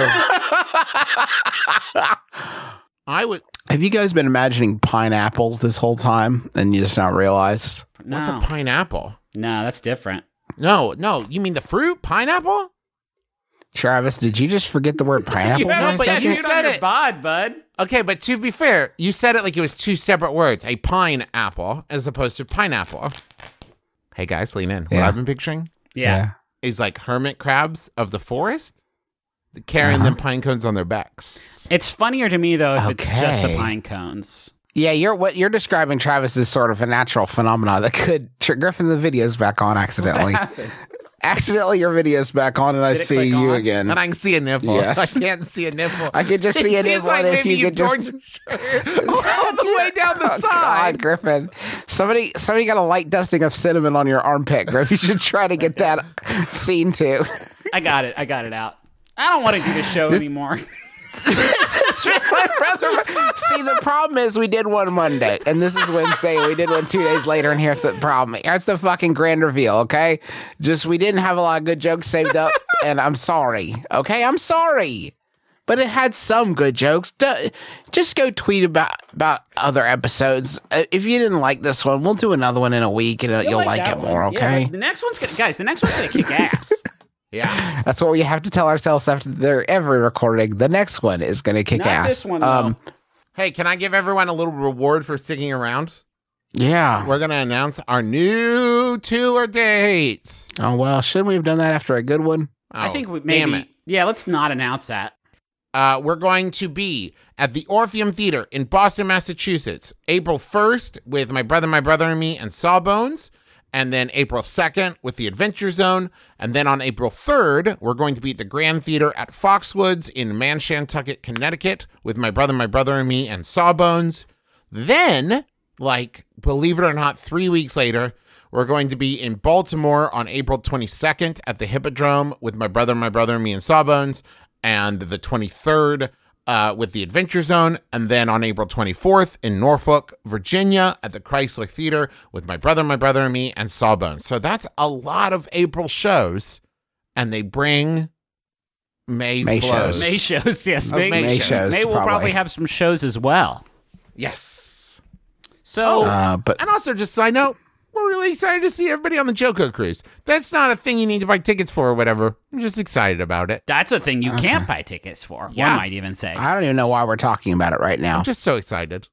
I would.
Have you guys been imagining pineapples this whole time and you just not realized?
No,
What's a pineapple?
no, that's different.
No, no. You mean the fruit? Pineapple?
Travis, did you just forget the word pineapple?
Yeah,
for a
but
second?
you said it.
bod, bud.
Okay, but to be fair, you said it like it was two separate words a pineapple as opposed to pineapple. Hey guys, lean in. What
Yeah.
I've been picturing
Yeah.
is like hermit crabs of the forest carrying
Uh-huh.
them pine cones on their backs.
It's funnier to me though if it's just the
Okay.
pine cones.
Yeah, you're what you're describing, Travis, is sort of a natural phenomenon that could tr- Griffin the video's back on accidentally. accidentally your video's back on and I
Did it
see
click
you
on?
again.
And I can see a nipple.
Yeah.
I can't see a nipple.
I could just
It
see it
seems
in one if
maybe
you
you
could just-
torn your shirt all the way down the
Oh,
side.
God, Griffin. Somebody somebody got a light dusting of cinnamon on your armpit, Griffin. You should try to get that seen too.
I got it. I got it out. I don't want to do the show anymore.
It's been my brother- See, the problem is we did one Monday, and this is Wednesday. and We did one two days later, and here's the problem. Here's the fucking grand reveal, okay? Just we didn't have a lot of good jokes saved up, and I'm sorry, okay? I'm sorry. But it had some good jokes. Duh, Just go tweet about about other episodes. Uh, If you didn't like this one, we'll do another one in a week, and uh, you'll like, it more. Okay,
the next one's gonna, guys. The next one's gonna kick ass.
Yeah.
that's what we have to tell ourselves after their- every recording. The next one is going to kick
Not
ass. Um,
this one. Though.
Um, Hey, can I give everyone a little reward for sticking around?
yeah.
We're going to announce our new tour dates.
Oh well, shouldn't we have done that after a good one?
I
Oh,
think we, maybe.
damn it.
Yeah, let's not announce that.
Uh, we're going to be at the Orpheum Theater in Boston, Massachusetts, April 1st with My Brother, My Brother and Me and Sawbones, and then April 2nd with The Adventure Zone. And then on April 3rd, we're going to be at the Grand Theater at Foxwoods in Manshantucket, Connecticut with My Brother, My Brother and Me and Sawbones. Then, like, believe it or not, three weeks later, we're going to be in Baltimore on April 22nd at the Hippodrome with my brother, my brother, me, and Sawbones, and the 23rd uh, with the Adventure Zone, and then on April 24th in Norfolk, Virginia at the Chrysler Theater with my brother, my brother, and me, and Sawbones. So that's a lot of April shows, and they bring May,
May
flows.
shows.
May shows. Yes,
Oh,
May,
May May
shows.
shows.
shows,
May will probably.
probably.
have some shows as well.
Yes. Oh.
So
Uh, but
And also, just a side note, we're really excited to see everybody on the Joko cruise. That's not a thing you need to buy tickets for or whatever. I'm just excited about it.
that's a thing you can't buy tickets for.
Uh-huh. Yeah.
One might even say.
I don't even know why we're talking about it right now.
I'm just so excited.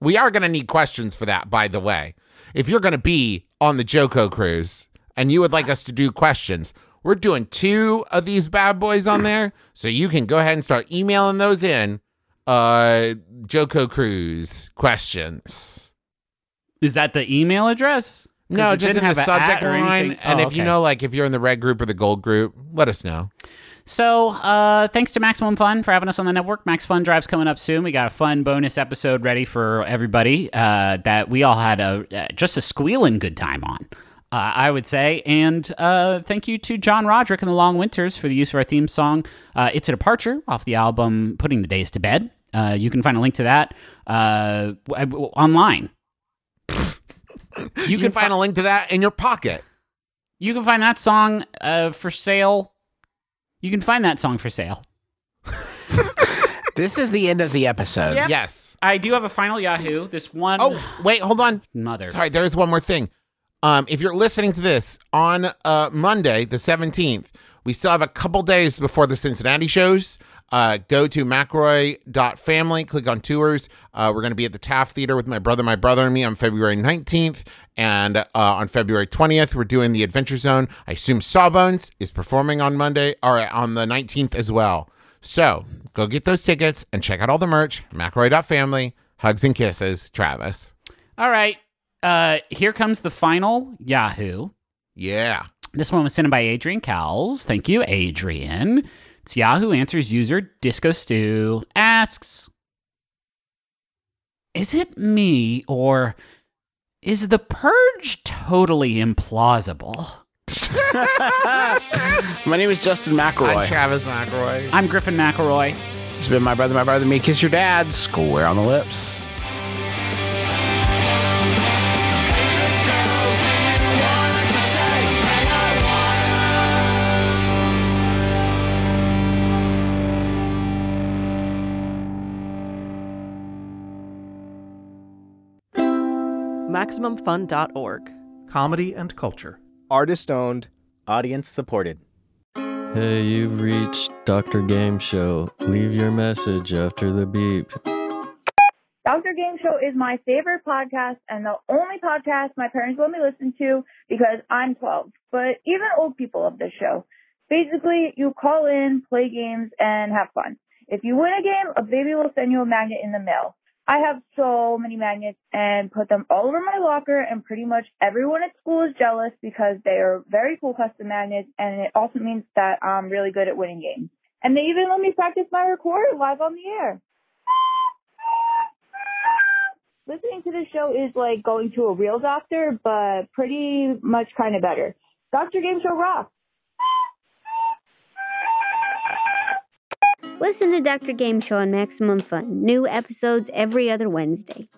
We are going to need questions for that, by the way. If you're going to be on the Joko cruise and you would like us to do questions, we're doing two of these bad boys on there. So you can go ahead and start emailing those in. Uh, Joko Cruise questions.
Is that the email address? 'Cause
No,
it
just
didn't
in the
have a at
subject
or
line.
anything.
And
Oh,
if you
okay.
know, like, if you're in the red group or the gold group, let us know.
So, uh, thanks to Maximum Fun for having us on the network. Max Fun Drive's coming up soon. We got a fun bonus episode ready for everybody uh, that we all had a uh, just a squealing good time on, uh, I would say. And uh, thank you to John Roderick and the Long Winters for the use of our theme song, uh, It's a Departure, off the album Putting the Days to Bed. Uh, you can find a link to that uh, w- w- online.
You can find a link to that in your pocket.
You can find that song uh, for sale. You can find that song for sale.
This is the end of the episode.
Yeah.
Yes.
I do have a final Yahoo. This one
Oh, wait, hold on.
mother.
Sorry, there is one more thing. Um, if you're listening to this on uh, Monday, the 17th, we still have a couple days before the Cincinnati shows. Uh, go to macroy.family, click on tours. Uh, we're going to be at the Taft Theater with my brother, my brother, and me on February 19th. And uh, on February 20th, we're doing the Adventure Zone. I assume Sawbones is performing on Monday or on the 19th as well. So go get those tickets and check out all the merch. Macroy.family. Hugs and kisses, Travis.
All right. Uh, here comes the final Yahoo.
Yeah.
This one was sent in by Adrian Cowles. Thank you, Adrian. It's Yahoo Answers user Disco Stew asks Is it me or is the purge totally implausible?
My name is Justin
I'm
McElroy.
Travis McElroy.
I'm Griffin McElroy.
it's been my brother, my brother, me. Kiss your dad. Square on the lips.
Thank
MaximumFun.org.
comedy and culture.
Artist owned, audience supported.
Hey, you've reached Dr. Game Show. Leave your message after the beep.
Dr. Game Show is my favorite podcast and the only podcast my parents let me listen to because I'm 12. But even old people love this show. Basically, you call in, play games, and have fun. If you win a game, a baby will send you a magnet in the mail. I have so many magnets and put them all over my locker and pretty much everyone at school is jealous because they are very cool custom magnets and it also means that I'm really good at winning games. And they even let me practice my recorder live on the air. Listening to this show is like going to a real doctor, but pretty much kind of better. Dr. Game Show rocks.
Listen to Dr. Game Show on Maximum Fun. New episodes every other Wednesday.